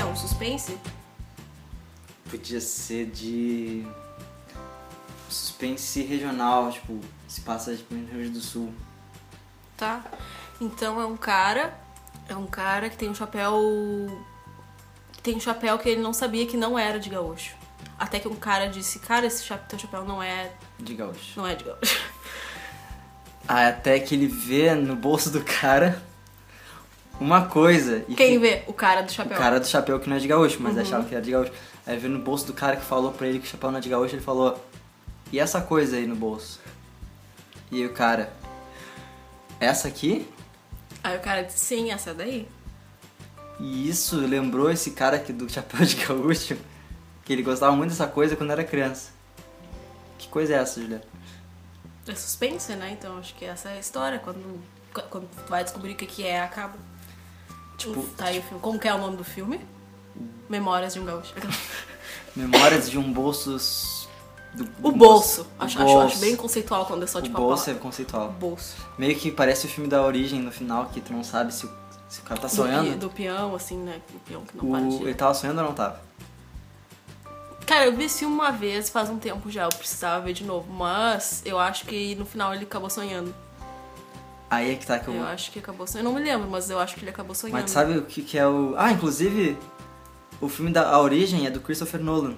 É, Um suspense? Podia ser de. suspense regional, tipo, se passa tipo, no Rio Grande do Sul. Tá. Então é um cara. É um cara que tem um chapéu. que tem um chapéu que ele não sabia que não era de gaúcho. Até que um cara disse, cara, esse cha- teu chapéu não é. De gaúcho. não é de gaúcho. Ah, até que ele vê no bolso do cara uma coisa. E Quem que- vê? O cara do O chapéu. Uhum. cara do chapéu que não é de gaúcho, mas achava que era de gaúcho. Aí vê no bolso do cara que falou pra ele que o chapéu não é de gaúcho, ele falou, e essa coisa aí no bolso? E aí o cara, essa aqui? Aí o cara disse, sim, essa é daí. E isso lembrou esse cara aqui do chapéu de gaúcho, que ele gostava muito dessa coisa quando era criança. Que coisa é essa, Julia? É suspense, né? Então acho que essa é a história. Quando, quando tu vai descobrir o que, que é, acaba. Tipo- O- tá aí o filme. Como que é o nome do filme? Memórias de um Gaúcho. Memórias de um bolso... s- do- O do bolso. O Acho, bolso. acho- acho bem conceitual quando é só O de bolso é O conceitual. bolso. Meio que parece o filme da origem no final, que tu não sabe se o, se o cara tá Do, pi- sonhando. do peão, assim, né? O peão que não para de O, ele girar. tava sonhando ou não tava? Cara, eu vi esse filme uma vez, faz um tempo já, eu precisava ver de novo. Mas eu acho que no final ele acabou sonhando. Aí é que tá que eu. Eu acho que acabou sonhando. Eu não me lembro, mas eu acho que ele acabou sonhando. Mas tu sabe o que, que é o. Ah, inclusive, o filme da A Origem é do Christopher Nolan.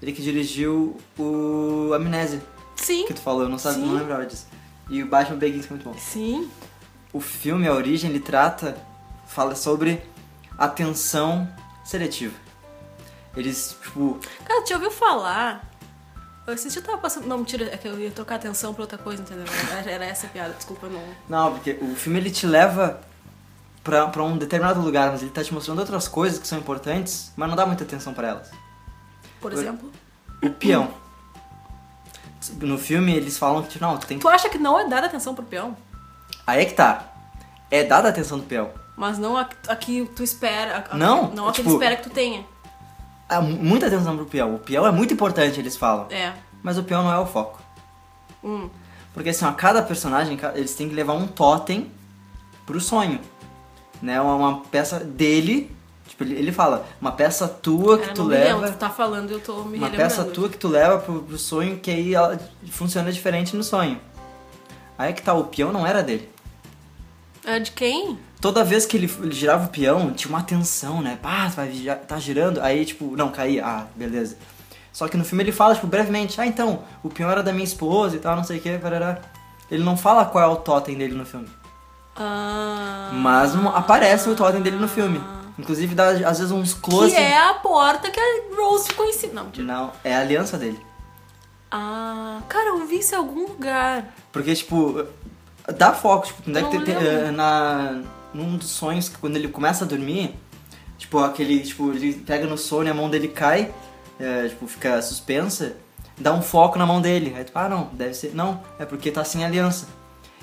Ele que dirigiu o Amnésia, Sim. que tu falou, eu não, sabe, Sim. não lembrava disso. E o Batman Begins que é muito bom. Sim. O filme A Origem, ele trata, fala sobre atenção seletiva. Eles, tipo, Cara, tu já ouviu falar? Eu assisti, eu tava passando. Não, mentira, é que eu ia trocar atenção pra outra coisa, entendeu? Era, era essa a piada, desculpa, não. Não, porque o filme ele te leva pra, pra um determinado lugar, mas ele tá te mostrando outras coisas que são importantes, mas não dá muita atenção pra elas. Por Oi. exemplo. O peão. No filme eles falam que não, tu tem que. Tu acha que não é dada atenção pro peão? Aí é que tá. É dada a atenção do peão. Mas não a, a que tu espera. a- a- Não, Não a que tipo- tu espera que tu tenha. Há mu- É muita atenção pro peão. O peão é muito importante, eles falam. É. Mas o peão não é o foco. Hum. Porque assim, ó, cada personagem, ca- eles têm que levar um totem pro sonho. Né? Uma, uma peça dele. Tipo, ele, ele fala, uma peça tua que Cara, tu não me leva. lembro, tu tá falando e eu tô me uma relembrando. peça tua que tu leva pro, pro sonho que aí ela funciona diferente no sonho. Aí é que tá, o peão não era dele. É de quem? Toda vez que ele, ele girava o peão, tinha uma tensão, né? Pá, tu vai virar- tá girando, aí tipo, não, caía, ah, beleza. Só que no filme ele fala, tipo, brevemente, ah, então, o peão era da minha esposa e tal, não sei o que, parará. Ele não fala qual é o totem dele no filme. Ah, Mas um- aparece o totem dele no filme. Inclusive dá, às vezes, uns close. Que é a porta que a Rose ficou em cima. Não, mentira. Não, é a aliança dele. Ah, cara, eu vi isso em algum lugar. Porque, tipo, dá foco, tipo, não é que Não tem- tem- lembro. eh, na, num dos sonhos que quando ele começa a dormir, tipo, aquele, tipo, ele pega no sono e a mão dele cai, eh, tipo, fica suspensa, dá um foco na mão dele. Aí tu, ah, não, deve ser, não, é porque tá sem aliança.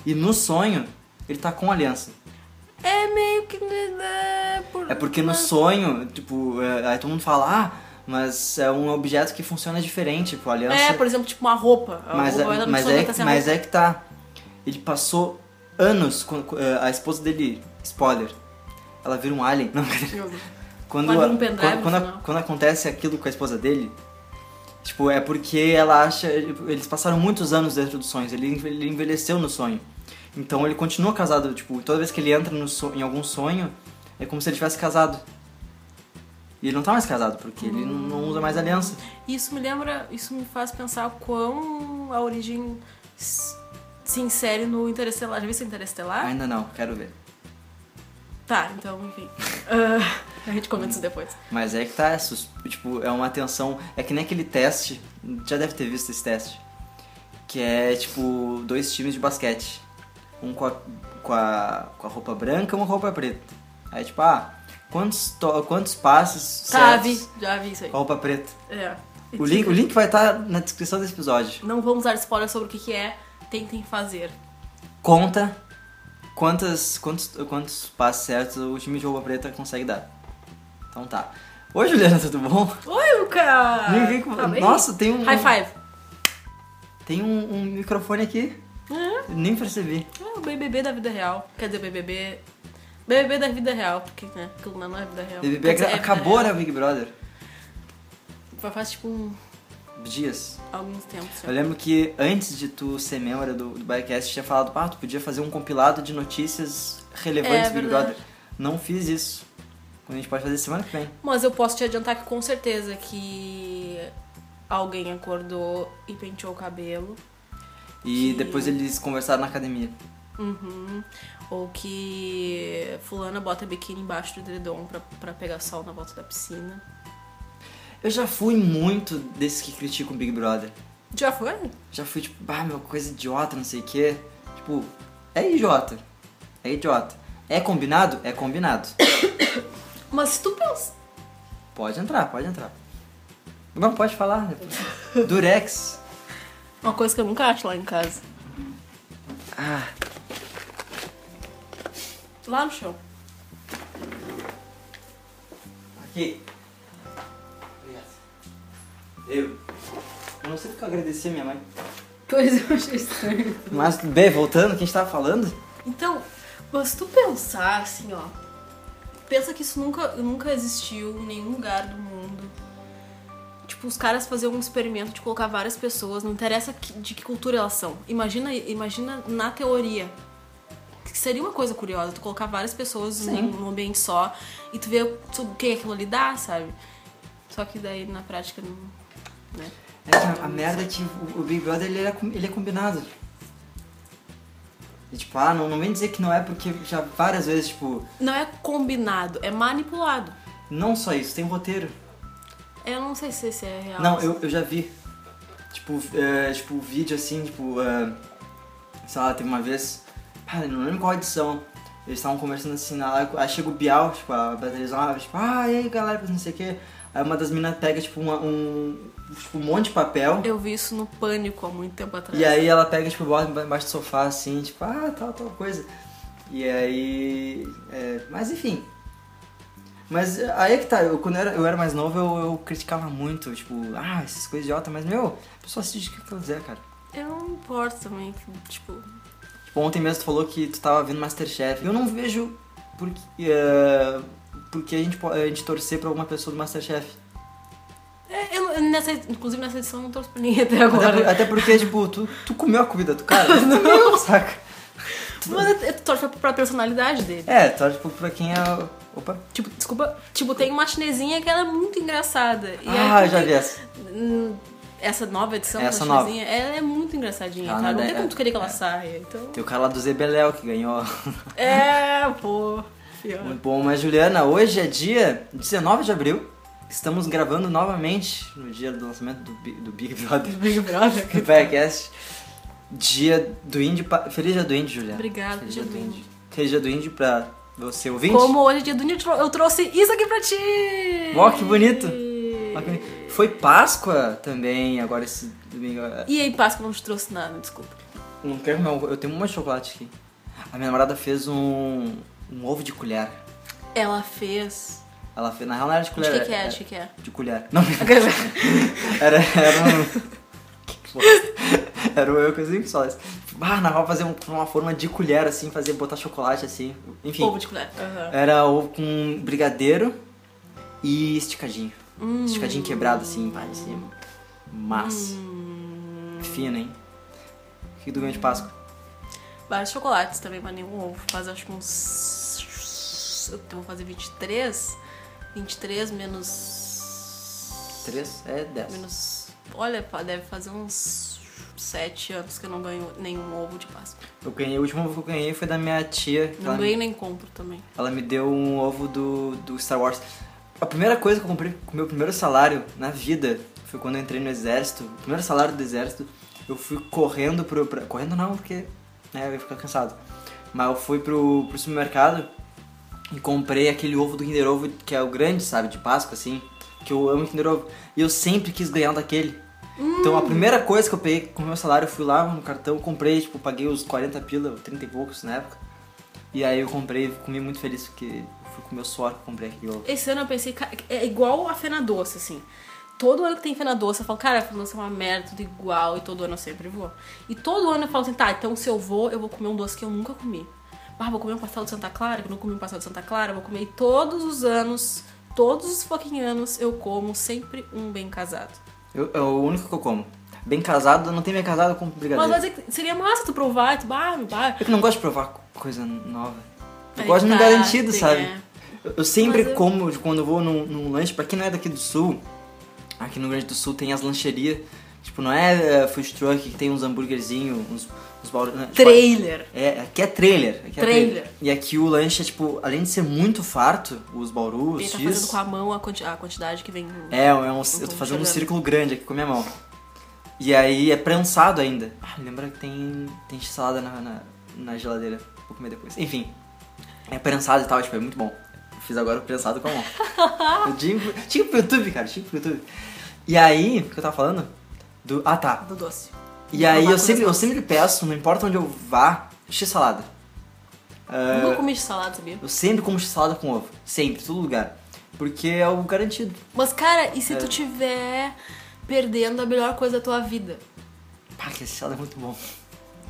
E no sonho, ele tá com aliança. É meio que. É, por- É porque no sonho, tipo, eh, aí todo mundo fala, ah, mas é um objeto que funciona diferente, tipo, a aliança... É, por exemplo, tipo uma roupa. A Mas, é, roupa- a mas, pessoa é, tá sem a mas roupa. é que tá. Ele passou anos com, com- eh, a esposa dele, spoiler, ela vira um alien. Não, brincadeira. Meu Deus. quando, Guarda um a- pendrive quando, no quando a- final. quando acontece aquilo com a esposa dele, tipo, é porque ela acha. Eles passaram muitos anos dentro dos sonhos, ele, ele envelheceu no sonho. Então ele continua casado, tipo, toda vez que ele entra no so- em algum sonho, é como se ele tivesse casado. E ele não tá mais casado, porque Hum. ele não, não usa mais aliança. Isso me lembra. Isso me faz pensar o quão a origem s- se insere no Interestelar. Já viu esse Interestelar? Ainda não, quero ver. Tá, então, enfim. Ah, a gente comenta isso depois. Mas é que tá, é sus- tipo, é uma atenção. É que nem aquele teste, já deve ter visto esse teste. Que é tipo dois times de basquete. Um com a, com a, com a roupa branca e uma roupa preta. Aí tipo, ah, quantos, to- quantos passes Tá, certos vi, já vi isso aí. com a roupa preta? É. O link, o link vai estar na descrição desse episódio. Não vamos dar spoiler sobre o que, que é, tentem fazer. Conta quantas, quantos, quantos passes certos o time de roupa preta consegue dar. Então tá. Oi Juliana, tudo bom? Oi, Luca! Ninguém- Tá bem? Nossa, tem um. High five! Tem um, um microfone aqui, É, nem percebi. é o BBB da vida real. Quer dizer, BBB BBB da vida real, porque, né, aquilo lá não é vida real. BBB Quer dizer, é vida acabou, real. né, Big Brother? Foi faz, tipo, um, Dias. alguns tempos. Eu lembro que antes de tu ser membro do, do Biocast, tinha falado, ah, tu podia fazer um compilado de notícias relevantes É, do Big verdade. Brother. Não fiz isso. A gente pode fazer semana que vem. Mas eu posso te adiantar que com certeza que alguém acordou e penteou o cabelo. Que- E depois eles conversaram na academia. Uhum. Ou que fulana bota biquíni embaixo do edredom pra, pra pegar sol na volta da piscina. Eu já fui muito desses que criticam o Big Brother. Já foi? Já fui tipo, ah, meu, coisa idiota, não sei o quê. Tipo, é idiota. É idiota. É combinado? É combinado. Mas se tu pensa... Pode entrar, pode entrar. Não, pode falar. depois. Durex. Uma coisa que eu nunca acho lá em casa. Ah, Lá no chão. aqui. Obrigado. Eu. Eu não sei porque eu agradeci a minha mãe. Pois eu achei estranho. Mas, bem, voltando, o que a gente tava falando? Então, mas se tu pensar assim, ó. Pensa que isso nunca, nunca existiu em nenhum lugar do mundo. Tipo, os caras faziam um experimento de colocar várias pessoas, não interessa que- de que cultura elas são. Imagina, imagina na teoria. Que seria uma coisa curiosa, tu colocar várias pessoas num, num ambiente só e tu ver tu, quem aquilo ali dá, sabe? Só que daí na prática não. Né? É que a, a merda é que o, o Big Brother ele, era com- ele é combinado. E, tipo, ah, não, não vem dizer que não é porque já várias vezes, tipo, Não é combinado, é manipulado. não só isso, tem um roteiro. Eu não sei se isso é real. Não, eu, eu já vi. Tipo, é, tipo, vídeo assim, tipo, é, sei lá, teve uma vez. Cara, não lembro qual edição. Eles estavam conversando assim na live, aí chega o Bial, tipo, a Beatriz lá, tipo, ah, e aí galera, não sei o quê. Aí uma das minas pega, tipo, uma- um. Tipo, um monte de papel. Eu vi isso no Pânico há muito tempo atrás. E aí ela pega, tipo, bota embaixo do sofá, assim, tipo, ah, tal, tal coisa. E aí... é, mas, enfim. Mas aí é que tá, eu, quando eu era, eu era mais novo, eu, eu criticava muito, tipo, ah, essas coisas idiota, mas, meu, a pessoa assiste o que ela quiser, cara. Eu não me importo também, que, tipo... Tipo, ontem mesmo tu falou que tu tava vendo Masterchef. Eu não vejo porque, é, porque a, gente, po- a gente torcer pra alguma pessoa do Masterchef. é, eu- eu nessa, inclusive nessa edição eu não torço pra ninguém até Até, por- agora. até porque, tipo, tu, tu comeu a comida do cara, tu comeu, saca? Mas eu, eu torço pra, pra personalidade dele. É, torce tipo, pra quem é... Opa. Tipo, desculpa. Tipo, tem uma chinesinha que ela é muito engraçada. E ah, aí, já porque- vi essa. Hum, Essa nova edição Essa da nova. chinesinha, ela é muito engraçadinha, Ela cara. não Não é- tem como tu querer que ela é. saia, então... Tem o cara lá do Zebeléu que ganhou. É, pô... pior. Muito bom, mas Juliana, hoje é dia 19 de abril. Estamos gravando novamente no dia do lançamento do, Bi- do Big Brother Big Brother. tá. do Podcast. Dia do Índio. pa- Feliz dia do Índio, Juliana. Obrigada, Feliz dia do Índio. Feliz dia do Índio pra você ouvinte. Como hoje é dia do Ninho, eu trouxe isso aqui pra ti! Ó, que bonito. Foi Páscoa também, agora esse domingo. é- E aí, Páscoa não te trouxe nada, desculpa. Não quero não, eu tenho um monte de chocolate aqui. A minha namorada fez um, um ovo de colher. Ela fez. Ela fez, na real não era de De colher. que, que é? era- De que, que é? De colher. Não, Era, era um. Que bosta. Era um eu com os cinco sóis. Ah, na real, fazer um- uma forma de colher, assim, fazer, botar chocolate, assim. Enfim, Ovo de colher. Aham. era ovo com brigadeiro e esticadinho. Hum. Esticadinho quebrado, assim, pá, em cima. Massa. Hum, Fino, hein? Que do ganho de Páscoa. Vários chocolates também, mas nenhum ovo. Faz acho que uns. Eu vou fazer 23. 23 menos. Três? É dez. Menos. Olha, pá, deve fazer uns 7 anos que eu não ganho nenhum ovo de Páscoa. Eu ganhei, o último ovo que eu ganhei foi da minha tia. que Não ela, ganho nem compro também. ela me deu um ovo do, do Star Wars. A primeira coisa que eu comprei com o meu primeiro salário na vida foi quando eu entrei no exército. O primeiro salário do exército, eu fui correndo pro. pra- correndo não, porque né, eu ia ficar cansado. Mas eu fui pro, pro supermercado e comprei aquele ovo do Kinder Ovo, que é o grande, sabe, de Páscoa, assim. Que eu amo Kinder Ovo. E eu sempre quis ganhar um daquele. Então a Hum. primeira coisa que eu peguei com o meu salário, eu fui lá no cartão, comprei, tipo, paguei os 40 pila, 30 e poucos na época. E aí eu comprei, comi muito feliz, porque foi com o meu suor que eu comprei aquele ovo. Esse ano eu pensei, cara, é igual a Fena Doce, assim. Todo ano que tem Fena Doce, eu falo, cara, a Fena Doce é uma merda, tudo igual, e todo ano eu sempre vou. E todo ano eu falo assim, tá, então se eu vou, eu vou comer um doce que eu nunca comi. Ah, vou comer um pastel de Santa Clara, que eu não comi um pastel de Santa Clara, vou comer E todos os anos, todos os fucking anos, eu como sempre um bem casado. Eu- é o único que eu como. Bem casado, não tem bem casado, eu compro Mas brigadeiro. vai dizer que seria massa tu provar, tipo, "Ah, tu, bah, bah. Eu que não gosto de provar coisa nova. Eu Aí gosto de um tá, garantido, tem, sabe? é. Eu, eu sempre Mas eu- como, de quando eu vou num, num lanche, pra quem não é daqui do sul, aqui no Rio Grande do Sul tem as lancherias. Tipo, não é eh, food truck que tem uns hambúrguerzinhos, uns, uns bauru- né? Tipo, Trailer. É, aqui é trailer. Aqui é Trailer. E aqui o lanche é, tipo, além de ser muito farto, os bauru, Ele os tá X. fazendo com a mão a, quanti- a quantidade que vem. no- É, é um, eu tô Uhum, fazendo um jogando. círculo grande aqui com a minha mão. E aí é prensado ainda. Ah, lembra que tem, tem salada na, na, na geladeira. Vou comer depois. Enfim, é prensado e tal, tipo, é muito bom. Eu fiz agora o prensado com a mão. Eu tinha, tinha pro YouTube, cara, tinha pro YouTube. E aí, o que eu tava falando? Do, ah, tá. Do doce. E aí Provar eu sempre, eu coisas sempre peço, não importa onde eu vá, x-salada. novas. É. Nunca comi de salada, sabia? Eu sempre como x-salada com ovo. Sempre, todo lugar. Porque é o garantido. Mas, cara, e se É. tu tiver perdendo a melhor coisa da tua vida? Pá, que x-salada é muito bom.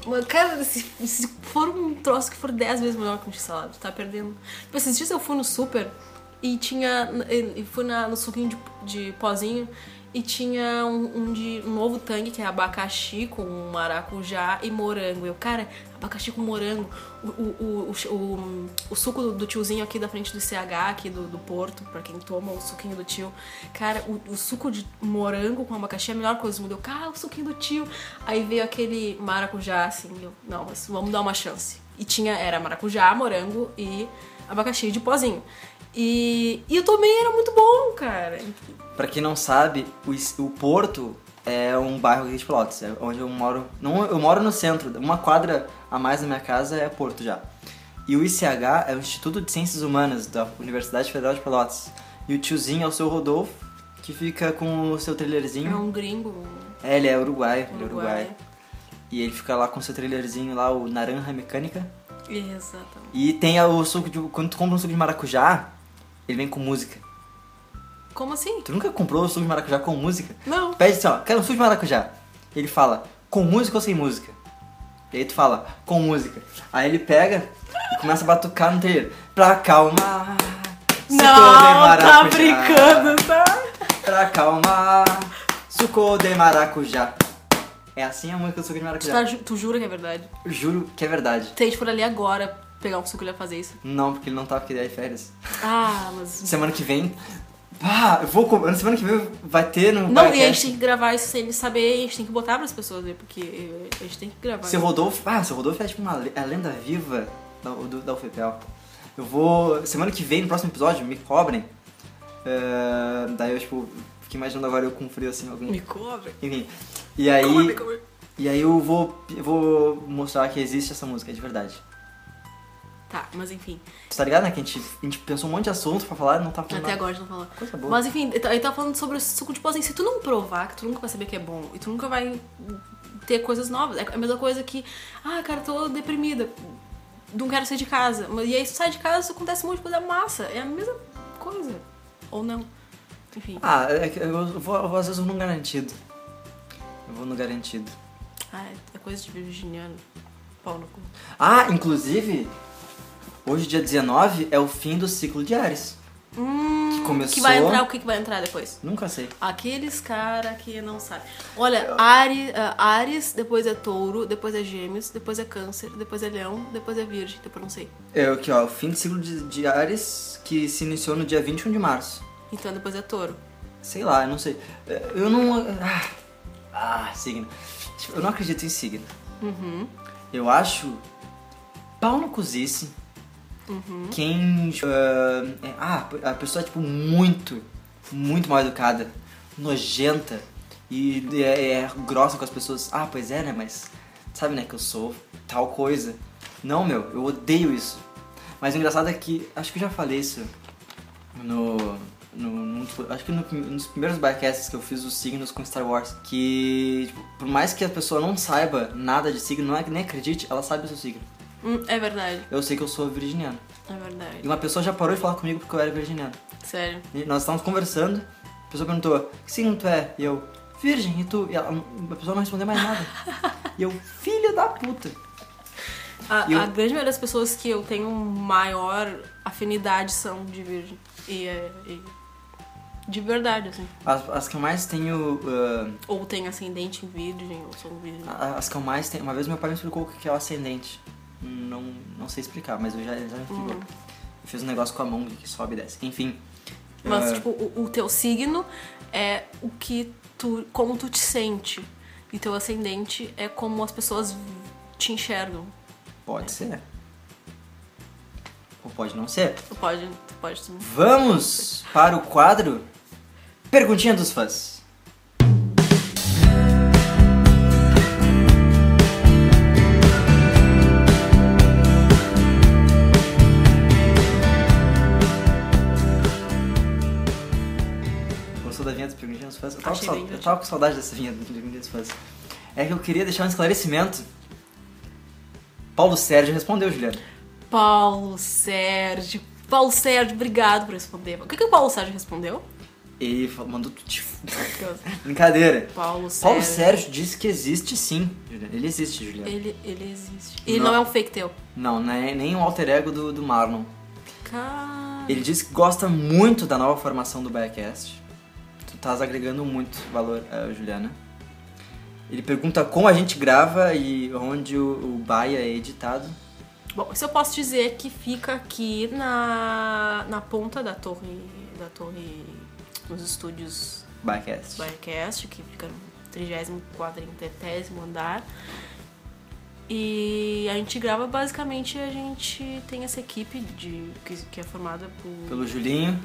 Mas, Cara, se, se for um troço que for 10 vezes melhor que um x-salada, tu tá perdendo. Tipo, esses dias eu fui no super e tinha. E e fui na- no suquinho de, de pozinho e tinha um, um de um novo tangue, que é abacaxi com maracujá e morango. Eu, cara, abacaxi com morango. O, o, o, o, o suco do, do tiozinho aqui da frente do CH, aqui do, do Porto, pra quem toma o suquinho do tio. Cara, o, o suco de morango com abacaxi é a melhor coisa do mundo. Eu, cara, o suquinho do tio. Aí veio aquele maracujá, assim, eu, não, mas vamos dar uma chance. E tinha, era maracujá, morango e abacaxi de pozinho. E, e eu tomei, era muito bom, cara. Pra quem não sabe, o, is- o Porto é um bairro aqui de Pelotas, é onde eu moro. Não, eu moro no centro, uma quadra a mais da minha casa é Porto já. E o ICH é o Instituto de Ciências Humanas da Universidade Federal de Pelotas. E o tiozinho é o seu Rodolfo, que fica com o seu É trailerzinho. um gringo um É, ele é uruguaio, ele é uruguaio. uruguaio. E ele fica lá com o seu trailerzinho lá, o Naranja Mecânica. Exatamente. E tem o suco de. Quando tu compra um suco de maracujá, ele vem com música. Como assim? Tu nunca comprou o suco de maracujá com música? Não. Pede assim, ó, quero um suco de maracujá. Ele fala, com música ou sem música? E aí tu fala, com música. Aí ele pega e começa a batucar no telheiro. Pra acalmar. suco de Não, tá um maracujá. brincando, tá? Pra acalmar, suco de maracujá. É assim a música do suco de Tu, tá maracujá. ju- tu jura que é verdade? Eu Juro que é verdade. Se a gente for ali agora pegar um suco, ele vai fazer isso. Não, porque ele não tá porque ele é de férias. Ah, mas. Semana que vem. Ah, eu vou. com- Semana que vem vai ter no. Não, né? e a gente Biocast. tem que gravar isso sem ele saber, e a gente tem que botar pras pessoas ver, porque eh, a gente tem que gravar. Seu Rodolfo. Ah, seu Rodolfo é tipo uma le- a lenda viva da, do, da UFPEL. Eu vou. Semana que vem, no próximo episódio, me cobrem. É, daí eu, tipo, fiquei imaginando agora eu com frio assim, algum. Me cobre. Enfim. E aí. Cobre, me cobre. E aí eu vou. Eu vou mostrar que existe essa música, é de verdade. Tá, mas enfim. Tu tá ligado, né? Que a gente, a gente pensou um monte de assunto pra falar e não tá falando. Até nada. agora a gente não falou. Coisa boa. Mas enfim, ele tá- ele tá falando sobre o suco de pozinho. Se tu não provar, que tu nunca vai saber que é bom, e tu nunca vai ter coisas novas. É a mesma coisa que, ah, cara, tô deprimida, não quero sair de casa. Mas- E aí tu sai de casa, acontece um monte de coisa massa. É a mesma coisa. Ou não. Enfim. Ah, é que eu vou, eu vou- às vezes eu vou no garantido. Eu vou no garantido. Ah, é coisa de virginiano. Pau no cu. Ah, inclusive, hoje, dia 19, é o fim do ciclo de Ares. Hum, Que começou- Que vai entrar, o que, que vai entrar depois? Nunca sei. Aqueles cara que não sabe. Olha, Ari- ah, Ares, depois é touro, depois é gêmeos, depois é câncer, depois é leão, depois é virgem, depois não sei. É aqui, ó, o fim do ciclo de, de Ares que se iniciou no dia 21 de março. Então depois é touro. Sei lá, eu não sei. É, Eu não. Ah, ah, signo. Tipo, Eu não acredito em signo. Uhum. Eu acho. Pau no cozice. Quem. ah, é- ah, a pessoa é, tipo, muito, muito mal educada, nojenta e é, é grossa com as pessoas. Ah, pois é, né? Mas sabe, né? Que eu sou tal coisa. Não, meu, eu odeio isso. Mas o engraçado é que. Acho que eu já falei isso no. no, num dos- acho que no- nos primeiros bycasts que eu fiz os signos com Star Wars. Que, tipo, por mais que a pessoa não saiba nada de signo, não é, nem acredite, ela sabe o seu signo. Hum, é verdade, Eu sei que eu sou virginiano. é E verdade. uma pessoa já parou de falar comigo porque eu era virginiano. Sério. E nós estávamos conversando, a pessoa perguntou, que signo tu é? E eu, virgem, e tu? E ela- a pessoa não respondeu mais nada. E eu, filha da puta. A, E eu- a grande maioria das pessoas que eu tenho maior afinidade são de virgem. E, é- e- de verdade, assim. As, as que eu mais tenho. ah, Ou tem ascendente em virgem, ou são virgem. a- as que eu mais tenho. Uma vez meu pai me explicou o que é o ascendente. Não, não sei explicar, mas eu já, já me Hum. explicou. Eu fiz um negócio com a mão que sobe e desce. Enfim. Mas, ah, tipo, o, o teu signo é o que tu. como tu te sente. E teu ascendente é como as pessoas te enxergam. Pode ser. Ou pode não ser. Tu pode. Tu pode tu- Vamos para o quadro Perguntinha dos Fãs. Gostou da vinheta do Perguntinha dos Fãs? Eu tava, com Achei sau- bem eu tava com saudade dessa vinheta do Perguntinha dos Fãs. É que eu queria deixar um esclarecimento. Paulo Sérgio respondeu, Juliano. Paulo Sérgio. Paulo Sérgio, obrigado por responder. O que, que o Paulo Sérgio respondeu? Ele fa- mandou tu te... f- Brincadeira. Paulo Sérgio. Paulo Sérgio disse que existe sim. Juliana. Ele existe, Juliana. É. Ele, ele existe. Ele Não. não. é um fake teu. Não, não é nem um alter ego do, do Marlon. Cara. Ele disse que gosta muito da nova formação do Biacast. Tu estás agregando muito valor, eh, Juliana. Ele pergunta como a gente grava e onde o, o Baia é editado. Bom, isso eu posso dizer que fica aqui na, na ponta da torre. Da torre. Nos estúdios Biacast. Biocast, que fica no 30 40 andar. E a gente grava basicamente, a gente tem essa equipe de, que, que é formada por. Pelo Julinho.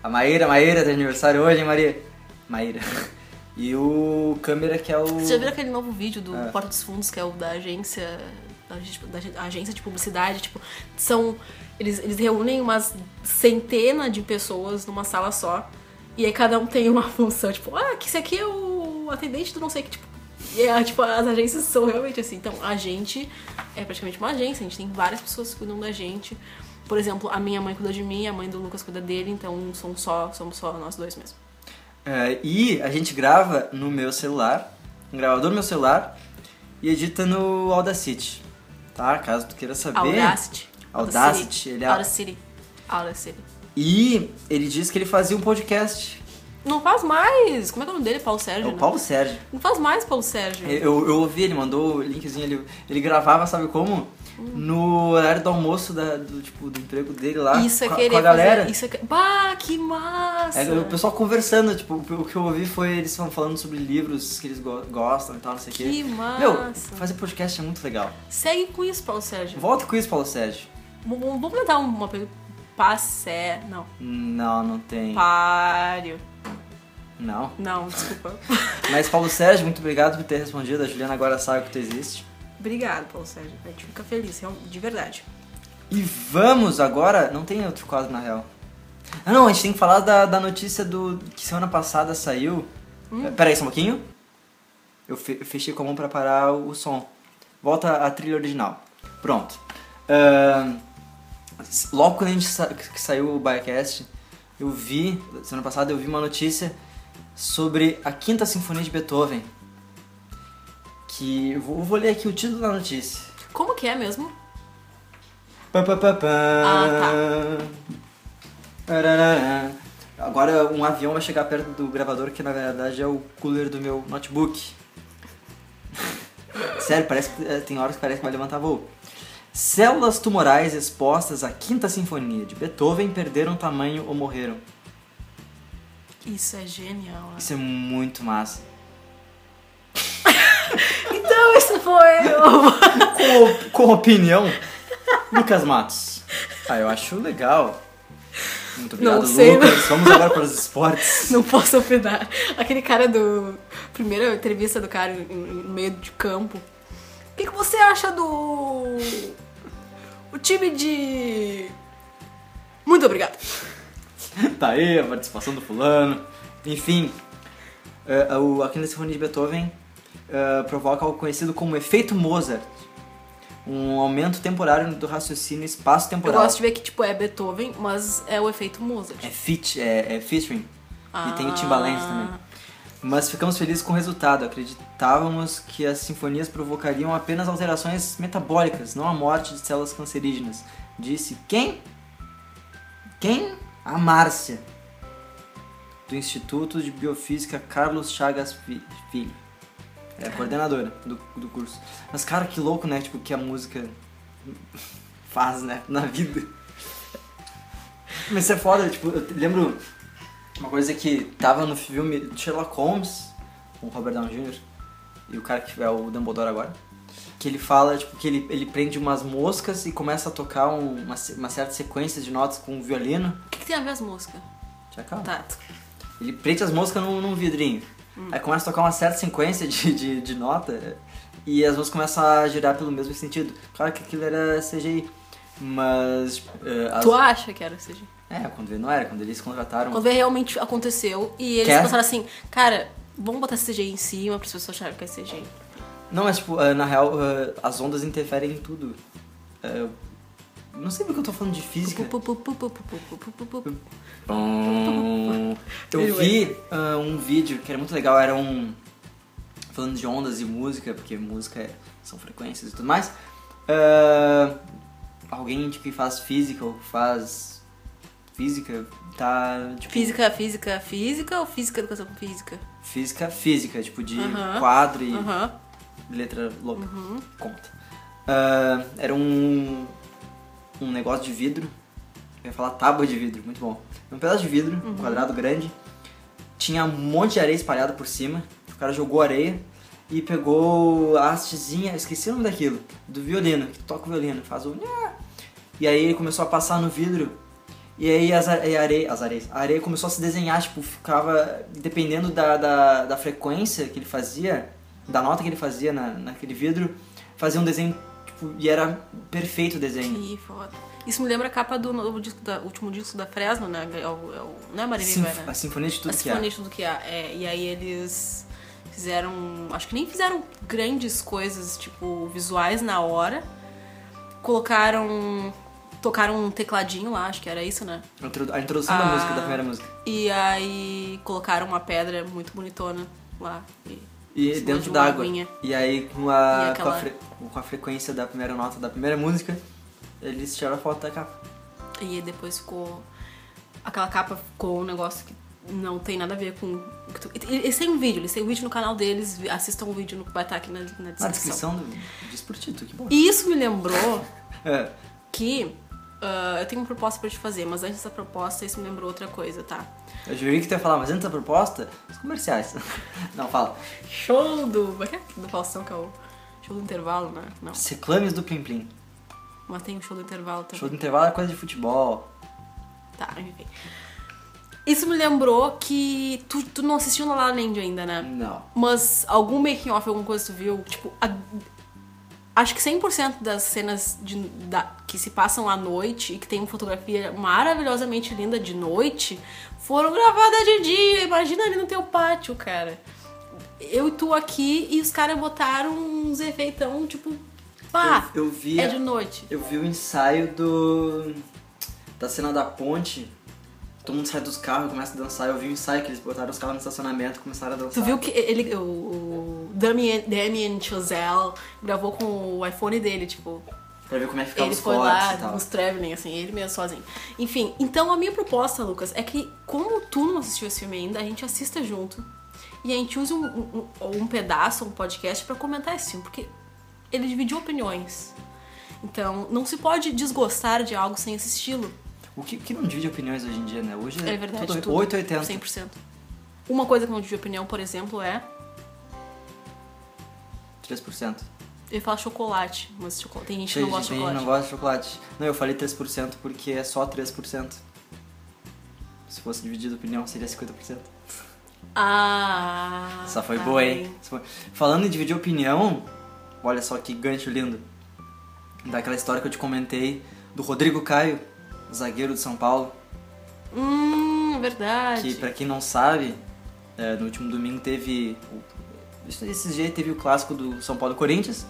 A Maíra, Maíra, tá de aniversário hoje, hein, Maria? Maíra. E o câmera que é o. Vocês já viram aquele novo vídeo do É. Porta dos Fundos, que é o da agência. Da, ag- da ag- agência de publicidade, tipo, são. Eles, eles reúnem umas centenas de pessoas numa sala só. E aí cada um tem uma função, tipo, ah, que esse aqui é o atendente do não sei que, tipo. E é, tipo, as agências são realmente assim. Então, a gente é praticamente uma agência, a gente tem várias pessoas que cuidam da gente. Por exemplo, a minha mãe cuida de mim, a mãe do Lucas cuida dele, então somos só, somos só nós dois mesmo. É, e a gente grava no meu celular, no gravador do meu celular, e edita no Audacity. Tá? Caso tu queira saber. Audacity. Audacity, ele é- Audacity. Audacity. E ele disse que ele fazia um podcast. Não faz mais! Como é que é o nome dele? Paulo É Sérgio? o né? Paulo Sérgio. Não faz mais, Paulo Sérgio. Eu, eu ouvi, ele mandou o linkzinho, ele, ele gravava, sabe como? Hum. No horário do almoço da- do, tipo, do emprego dele lá. Isso é com, a- querer com a galera. fazer. Isso é que... Bah, que massa! É, o pessoal conversando, tipo, o que eu ouvi foi eles estavam falando sobre livros que eles go- gostam e tal, não sei o quê. Que massa! Meu, fazer podcast é muito legal. Segue com isso, Paulo Sérgio. Volta com isso, Paulo Sérgio. V- v- Vamos mandar uma pergunta. Passé. Não. Não, não tem. Tá. Páreo. Não. Não, desculpa. Mas Paulo Sérgio, muito obrigado por ter respondido. A Juliana agora sabe que tu existe. Obrigado, Paulo Sérgio. A gente fica feliz, real- de verdade. E vamos agora. Não tem outro quadro na real. Ah, não, a gente tem que falar da, da notícia do que semana passada saiu. Pera Peraí, só um pouquinho. Eu, fe- eu fechei com a mão pra parar o som. Volta a trilha original. Pronto. Ahn, s- logo quando a gente sa- que saiu o Biocast, eu vi, semana passada, eu vi uma notícia sobre a Quinta Sinfonia de Beethoven. Que. eu Vou, vou ler aqui o título da notícia. Como que é mesmo? Pá, pá, pá, pá. Ah, Ararará. Agora um avião vai chegar perto do gravador, que na verdade é o cooler do meu notebook. Sério, parece que eh, tem horas que parece que vai levantar voo. Células tumorais expostas à Quinta Sinfonia de Beethoven perderam tamanho ou morreram. Isso é genial. né? Isso é muito massa. Então, isso foi. Com, com opinião, Lucas Matos. Ah, eu acho legal. Muito obrigado, Não sei, Lucas. Vamos agora para os esportes. Não posso opinar. Aquele cara do. Primeira entrevista do cara em- em- no meio de campo. O que, que você acha do. O time de. Muito obrigado. tá aí a participação do fulano. Enfim, é, o, a Quinta Sinfonia de Beethoven é, provoca algo conhecido como efeito Mozart. Um aumento temporário do raciocínio Eu espaço-temporal. gosto de ver que, tipo, é Beethoven, mas é o efeito Mozart. É, feat, é, é featuring. E tem o Ah. Timbaland também. Mas ficamos felizes com o resultado. Acreditávamos que as sinfonias provocariam apenas alterações metabólicas, não a morte de células cancerígenas. Disse quem? Quem? A Márcia. Do Instituto de Biofísica Carlos Chagas Fi- Filho. É a coordenadora do, do curso. Mas, cara, que louco, né? Tipo, que a música faz, né? Na vida. Mas isso é foda, tipo, eu lembro uma coisa que tava no filme do Sherlock Holmes, com o Robert Downey Jr., e o cara que é o Dumbledore agora, que ele fala, tipo, que ele, ele prende umas moscas e começa a tocar um- uma, se- uma certa sequência de notas com um violino. O que, que tem a ver as músicas? Já calma. Tá. Hum. Ele prende as moscas num, num vidrinho. Aí começa a tocar uma certa sequência de, de, de nota e as moscas começam a girar pelo mesmo sentido. Claro que aquilo era CGI, mas... eh, as- Tu acha que era CG? É, quando ele não era, quando eles contrataram... Quando realmente aconteceu e eles Quer? pensaram assim, cara, vamos botar CGI em cima para as pessoas acharem que é CGI. Não, mas tipo, ah, na real, ah, as ondas interferem em tudo. Ah, eu não sei porque eu tô falando de física. Pu, pu, pu, pu, pu, pu, pu, pu, pu, pu, pu. Eu vi ah, um vídeo que era muito legal, era um. Falando de ondas e música, porque música é- são frequências e tudo mais. Ah, alguém tipo, que faz física ou faz. Física, tá. Tipo, Física, física, física ou física educação física? Física, física, tipo de Aham. quadro e Aham. letra louca. Uhum. conta. Ah, era um, um negócio de vidro. Eu ia falar tábua de vidro, muito bom. Um pedaço de vidro, um quadrado grande. Tinha um monte de areia espalhada por cima. O cara jogou areia e pegou a hastezinha, esqueci o nome daquilo, do violino, que toca o violino, faz o. nhá. E aí ele começou a passar no vidro. E aí as, are- a areia, as areias, a areia começou a se desenhar, tipo, ficava. Dependendo da, da, da frequência que ele fazia, da nota que ele fazia na, naquele vidro, fazia um desenho, tipo, e era perfeito o desenho. Que foda. Isso me lembra a capa do novo disco da, último disco da Fresno, né? É o, é o- não é Maria Sinf- Viva, né? a sinfonia de tudo a que é. Sinfonia de tudo que há. É, e aí eles fizeram. Acho que nem fizeram grandes coisas, tipo, visuais na hora. Colocaram. Tocaram um tecladinho lá, acho que era isso, né? A introdu- A introdução da Ah. música, da primeira música. E aí colocaram uma pedra muito bonitona lá. E, E em cima de dentro uma d'água. aguinha. E aí com a, E aquela- com, a fre- com a frequência da primeira nota da primeira música, eles tiraram a foto da capa. E aí depois ficou. Aquela capa ficou um negócio que não tem nada a ver com. o que tu- e- Eles têm um vídeo, eles têm um vídeo no canal deles, vi- assistam o vídeo, no, vai estar aqui na, na Na descrição. descrição do, diz por título, que bom. E isso me lembrou É. que ah, eu tenho uma proposta pra te fazer, mas antes dessa proposta, isso me lembrou outra coisa, tá? Eu jurei que tu ia falar, mas antes da proposta, os comerciais. Não, fala. Show do. Como é que é? Do Faustão, que é o show do intervalo, né? Não. Os reclames do Plim Plim. Mas tem o show do intervalo também. Show do intervalo é coisa de futebol. Tá, enfim. Isso me lembrou que tu, tu não assistiu La La Land ainda, né? Não. Mas algum making off, alguma coisa tu viu, tipo, a- acho que 100% das cenas de- da- que se passam à noite e que tem uma fotografia maravilhosamente linda de noite foram gravadas de dia. Imagina ali no teu pátio, cara. Eu e tu aqui e os caras botaram uns efeitão, tipo, pá, eu, eu vi é a- de noite. Eu vi o ensaio do. da cena da ponte. Todo mundo sai dos carros e começa a dançar. Eu vi o ensaio que eles botaram os carros no estacionamento e começaram a Tu dançar. viu que ele, o, o Damien, Damien Chazelle gravou com o iPhone dele, tipo, Pra ver como é que ficavam ele os foi cortes lá e tal. nos traveling, assim, ele mesmo sozinho. Enfim, então a minha proposta, Lucas, é que como tu não assistiu esse filme ainda, a gente assista junto e a gente use um, um, um pedaço, um podcast pra comentar esse filme, porque ele dividiu opiniões. Então, não se pode desgostar de algo sem assisti-lo. O que, que não divide opiniões hoje em dia, né? Hoje É verdade, tudo tudo. 880. 100%. Uma coisa que eu não divide opinião, por exemplo, é... 3%. Eu ia falar chocolate, mas chocolate. Tem gente que Cheio não de gosta de gente chocolate. não gosta de chocolate. Não, eu falei 3% porque é só 3%. Se fosse dividido a opinião, seria 50%. Ah. Essa foi tá boa, bem. hein? Essa foi- Falando em dividir opinião, olha só que gancho lindo. Daquela história que eu te comentei do Rodrigo Caio, zagueiro de São Paulo, Hum, que verdade. pra quem não sabe, é, no último domingo teve. o- isso- Esses dias teve o clássico do São Paulo e Corinthians.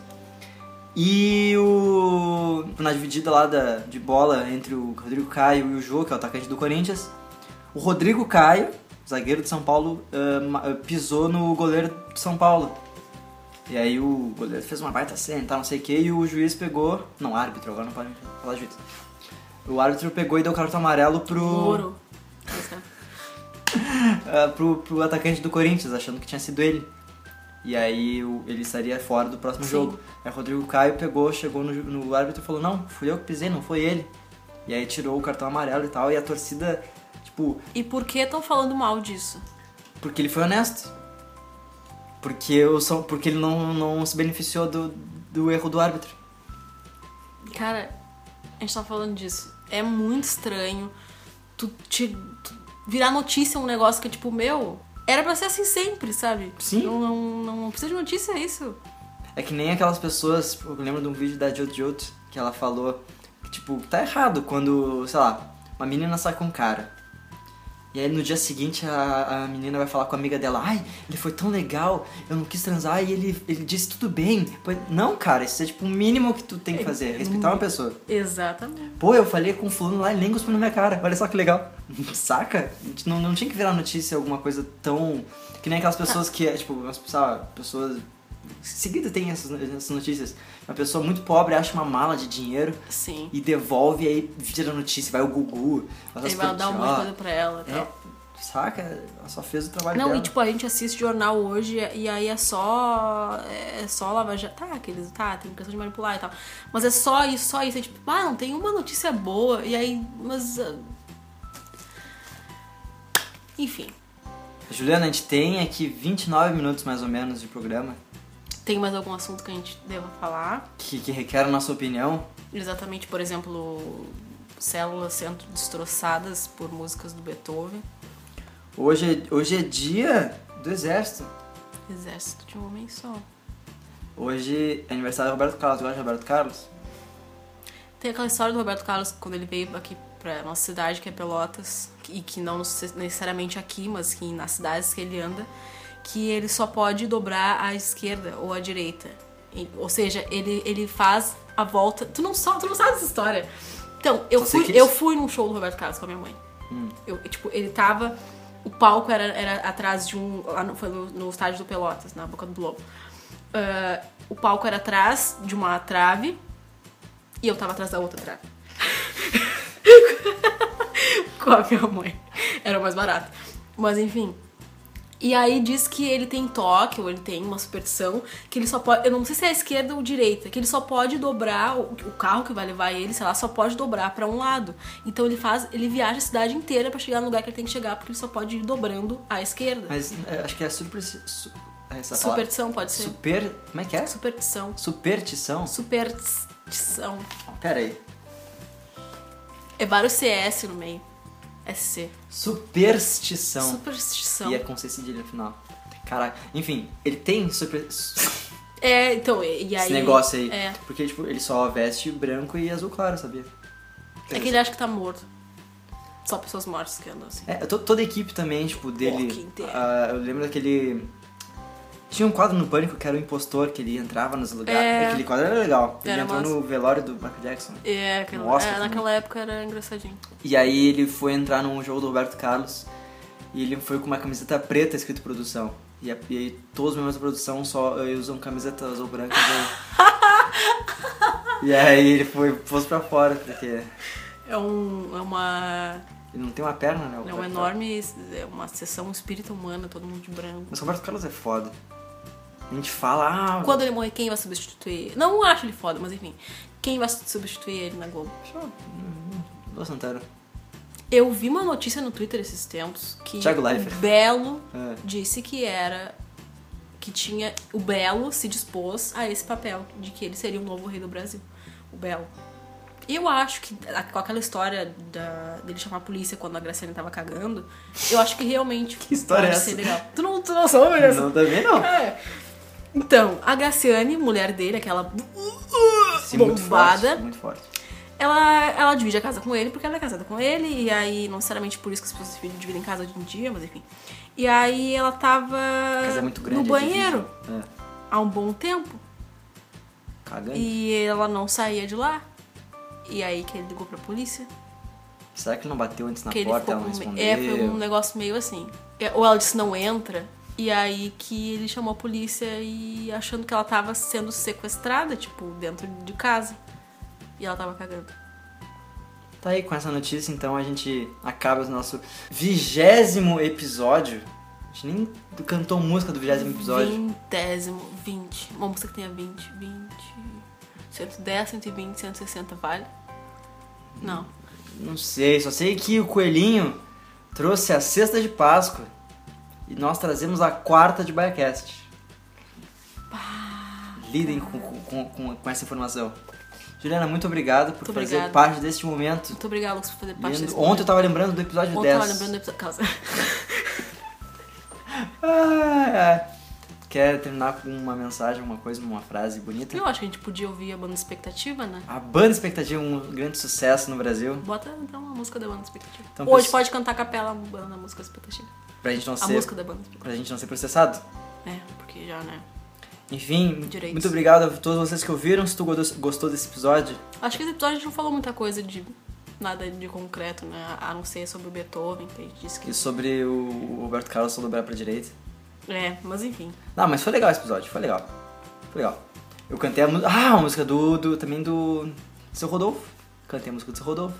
E o. Na dividida lá da, de bola entre o Rodrigo Caio e o Jô, que é o atacante do Corinthians, o Rodrigo Caio zagueiro de São Paulo ah, ma- pisou no goleiro de São Paulo. E aí o goleiro fez uma baita cena, e tal, não sei o que, e o juiz pegou. Não, árbitro, agora não pode falar juiz. O árbitro pegou e deu cartão amarelo pro. Ouro. Pois é. ah, pro, pro atacante do Corinthians, achando que tinha sido ele. E aí o- ele estaria fora do próximo Sim. jogo. Aí o Rodrigo Caio pegou, chegou no, ju- no árbitro e falou: Não, fui eu que pisei, não foi ele. E aí tirou o cartão amarelo e tal. E a torcida, tipo, E por que estão falando mal disso? porque ele foi honesto. Porque, eu sou, porque ele não, não se beneficiou do, do erro do árbitro. Cara, a gente tá falando disso. É muito estranho tu, te, tu virar notícia um negócio que é tipo, meu, era pra ser assim sempre, sabe? Sim. Não, não, não precisa de notícia é isso. É que nem aquelas pessoas, tipo, eu lembro de um vídeo da Jojo que ela falou que, tipo, tá errado quando, sei lá, uma menina sai com um cara. E aí no dia seguinte a, a menina vai falar com a amiga dela, ai, ele foi tão legal, eu não quis transar e ele, ele disse tudo bem. Pois- não, cara, isso é tipo o mínimo que tu tem que fazer, é respeitar uma pessoa. Exatamente. Pô, eu falei com fulano lá e nem cuspiu na minha cara, olha só que legal. Saca? A gente Não, não tinha que virar notícia alguma coisa tão. Que nem aquelas pessoas que, é, tipo, umas, sabe, pessoas. Seguida tem essas, essas notícias. Uma pessoa muito pobre acha uma mala de dinheiro Sim. e devolve e aí vira notícia, vai o Gugu. faz as Ele vai dar um monte de coisas, coisa pra ela e ó, tal. é, Saca? Ela só fez o trabalho Não, dela. e tipo, a gente assiste jornal hoje e aí é só. É só Lava Jato. Tá, aqueles. Tá, tem questão de manipular e tal. Mas é só isso, só isso. É tipo, ah, não tem uma notícia boa. E aí. Mas. ah, Enfim. Juliana, a gente tem aqui 29 minutos mais ou menos de programa Tem mais algum assunto que a gente deva falar? que, que requer a nossa opinião. Exatamente, por exemplo, células sendo destroçadas por músicas do Beethoven. Hoje, é- hoje é dia do exército. Exército de um homem só. Hoje é aniversário do Roberto Carlos. Tu gosta de Roberto Carlos? Tem aquela história do Roberto Carlos quando ele veio aqui pra nossa cidade, que é Pelotas, e que não necessariamente aqui, mas que nas cidades que ele anda, que ele só pode dobrar à esquerda ou à direita. E- ou seja, ele, ele faz a volta. Tu não, só, tu não sabe essa história. Então, eu Só sei fui, que Hum. ele- eu fui num show do Roberto Carlos com a minha mãe. Eu, tipo, ele tava. O palco era, era atrás de um. Lá no, foi no, no estádio do Pelotas, na boca do Globo. Ah, o palco era atrás de uma trave e eu tava atrás da outra trave. Com a minha mãe. Era mais barato. Mas enfim. E aí diz que ele tem toque, ou ele tem uma superstição, que ele só pode. Eu não sei se é a esquerda ou direita, que ele só pode dobrar, o, o carro que vai levar ele, sei lá, só pode dobrar pra um lado. Então ele faz. Ele viaja a cidade inteira pra chegar no lugar que ele tem que chegar, porque ele só pode ir dobrando à esquerda. Mas é, acho que é super... Su, é essa palavra? Superstição pode ser. Super... Como é que é? Superstição. Superstição? Superstição. Pera aí. É vários CS no meio. SC. Superstição. Superstição. Então, E é com C cedilha no final. Caraca. Enfim, ele tem super... su- É, então, e, e aí. esse negócio aí. É. Porque, tipo, ele só veste branco e azul claro, sabia? É que ele acha que tá morto. Só pessoas mortas que andam assim. É, to- toda a equipe também, tipo, que dele. inteiro. ah, eu lembro daquele. Tinha um quadro no Pânico que era o impostor, que ele entrava nos lugares. É. Aquele quadro era legal. Ele Era entrou massa. no velório do Michael Jackson. É, aquela, No Oscar é, também. naquela época era engraçadinho. E aí ele foi entrar num jogo do Roberto Carlos e ele foi com uma camiseta preta escrito produção. E, a- e aí todos os membros da produção só eh, usam camisetas ou brancas. ou- e aí ele foi posto pra fora, porque ele É, um, é uma. não tem uma perna, né? o É Roberto um Carlos. enorme. É uma sessão espírita humana, todo mundo de branco. Mas o Roberto Carlos é foda. A gente fala, ah, Quando ele morrer, quem vai substituir? Não acho ele foda, mas enfim. Quem vai substituir ele na Globo? Lua Santana. Eu vi uma notícia no Twitter esses tempos que Thiago Leifert. o Belo É. disse que era que tinha o Belo se dispôs a esse papel de que ele seria o novo rei do Brasil, o Belo. E Eu acho que a- com aquela história da- dele chamar a polícia quando a Graciane tava cagando, eu acho que realmente que história pode é ser essa? legal. Tu não, tu não né? soube dessa? Não, também não. É. Então, a Graciane, mulher dele, aquela Sim, muito bombada, forte, muito forte. ela, ela divide a casa com ele porque ela é casada com ele, e aí, não necessariamente por isso que as pessoas se dividem em casa hoje em dia, mas enfim. E aí ela tava Casa é muito grande. no é banheiro difícil. É. há um bom tempo Cagando. e ela não saía de lá. E aí que ele ligou pra polícia. Será que ele não bateu antes na que ele porta? ficou Ela não com... respondeu. É, foi um negócio meio assim. É, Ou ela disse não entra, e aí que ele chamou a polícia e achando que ela tava sendo sequestrada, tipo, dentro de casa. E ela tava cagando. Tá aí com essa notícia, então a gente acaba o nosso vigésimo episódio. A gente nem cantou música do vigésimo episódio. Vintésimo, 20. Uma música que tenha 20, 20. 110, 120, 160, vale? Não. Não sei, só sei que o Coelhinho trouxe a sexta de Páscoa e nós trazemos a quarta de Biacast. Lidem com, com- com- com- com essa informação. Juliana, muito obrigado por Muito fazer obrigada. parte deste momento. Muito obrigada, Lucas, por fazer parte Lindo. desse Ontem eu momento. tava lembrando do episódio Ontem 10. eu tava lembrando do episódio. Causa. Ah, é. Quer terminar com uma mensagem, uma coisa, uma frase bonita? Eu acho que a gente podia ouvir a banda expectativa, né? A banda expectativa é um grande sucesso no Brasil. Bota então uma música da banda expectativa. Então, Ou a gente pessoal- pode cantar a capela na música expectativa. Pra gente não A ser, música da banda expectativa. pra gente não ser processado. É, porque já, né? Enfim, Direitos. muito obrigado a todos vocês que ouviram. Se tu godo- gostou desse episódio, Acho que esse episódio a gente não falou muita coisa de nada de concreto, né? A não ser sobre o Beethoven, que a gente disse que. e sobre o Roberto Carlos só dobrar pra direita. É, mas enfim. Não, mas foi legal esse episódio, foi legal. Foi legal. Eu cantei a música. Ah, a música do, do- Também do. Seu Rodolfo. Cantei a música do seu Rodolfo.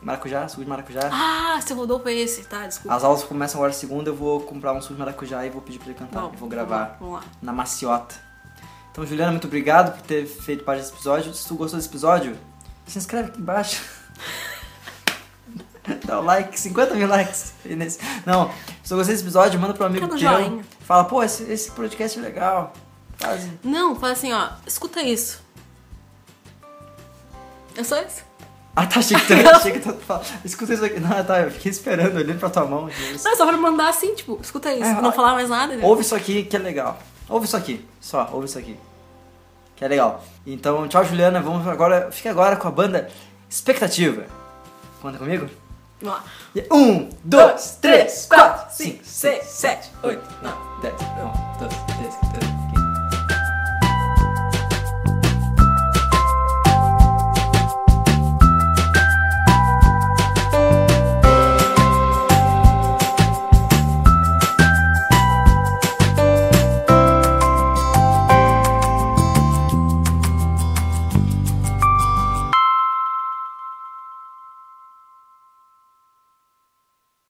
Maracujá, suco de maracujá. Ah, seu Rodolfo é esse, tá? Desculpa. As aulas começam agora segunda, eu vou comprar um suco de maracujá e vou pedir pra ele cantar. Bom, eu Tá, vou gravar Vamos lá. vamos lá. na maciota. Então, Juliana, muito obrigado por ter feito parte desse episódio. Se tu gostou desse episódio, se inscreve aqui embaixo. Dá o like, 50 mil likes. aí nesse- Não, se tu gostou desse episódio, manda pro amigo Cada teu. joinha. Fala, pô, esse, esse podcast é legal. Faz. Não, fala assim, ó. Escuta isso. É só isso? Ah, tá, achei que tu, achei que tu fala. Escuta isso aqui. Não, tá, eu fiquei esperando, olhando pra tua mão. Jesus. Não, é só pra mandar assim, tipo, escuta isso. É, não ó, falar mais nada, né? Ouve isso aqui que é legal. Ouve isso aqui. Só, ouve isso aqui. Que é legal. Então, tchau, Juliana. Vamos agora. Fica agora com a banda Expectativa. Conta comigo? Vamos lá. E é Um, dois, três, quatro, cinco, seis, sete, oito, nove, dez. Um, dois, três, quatro.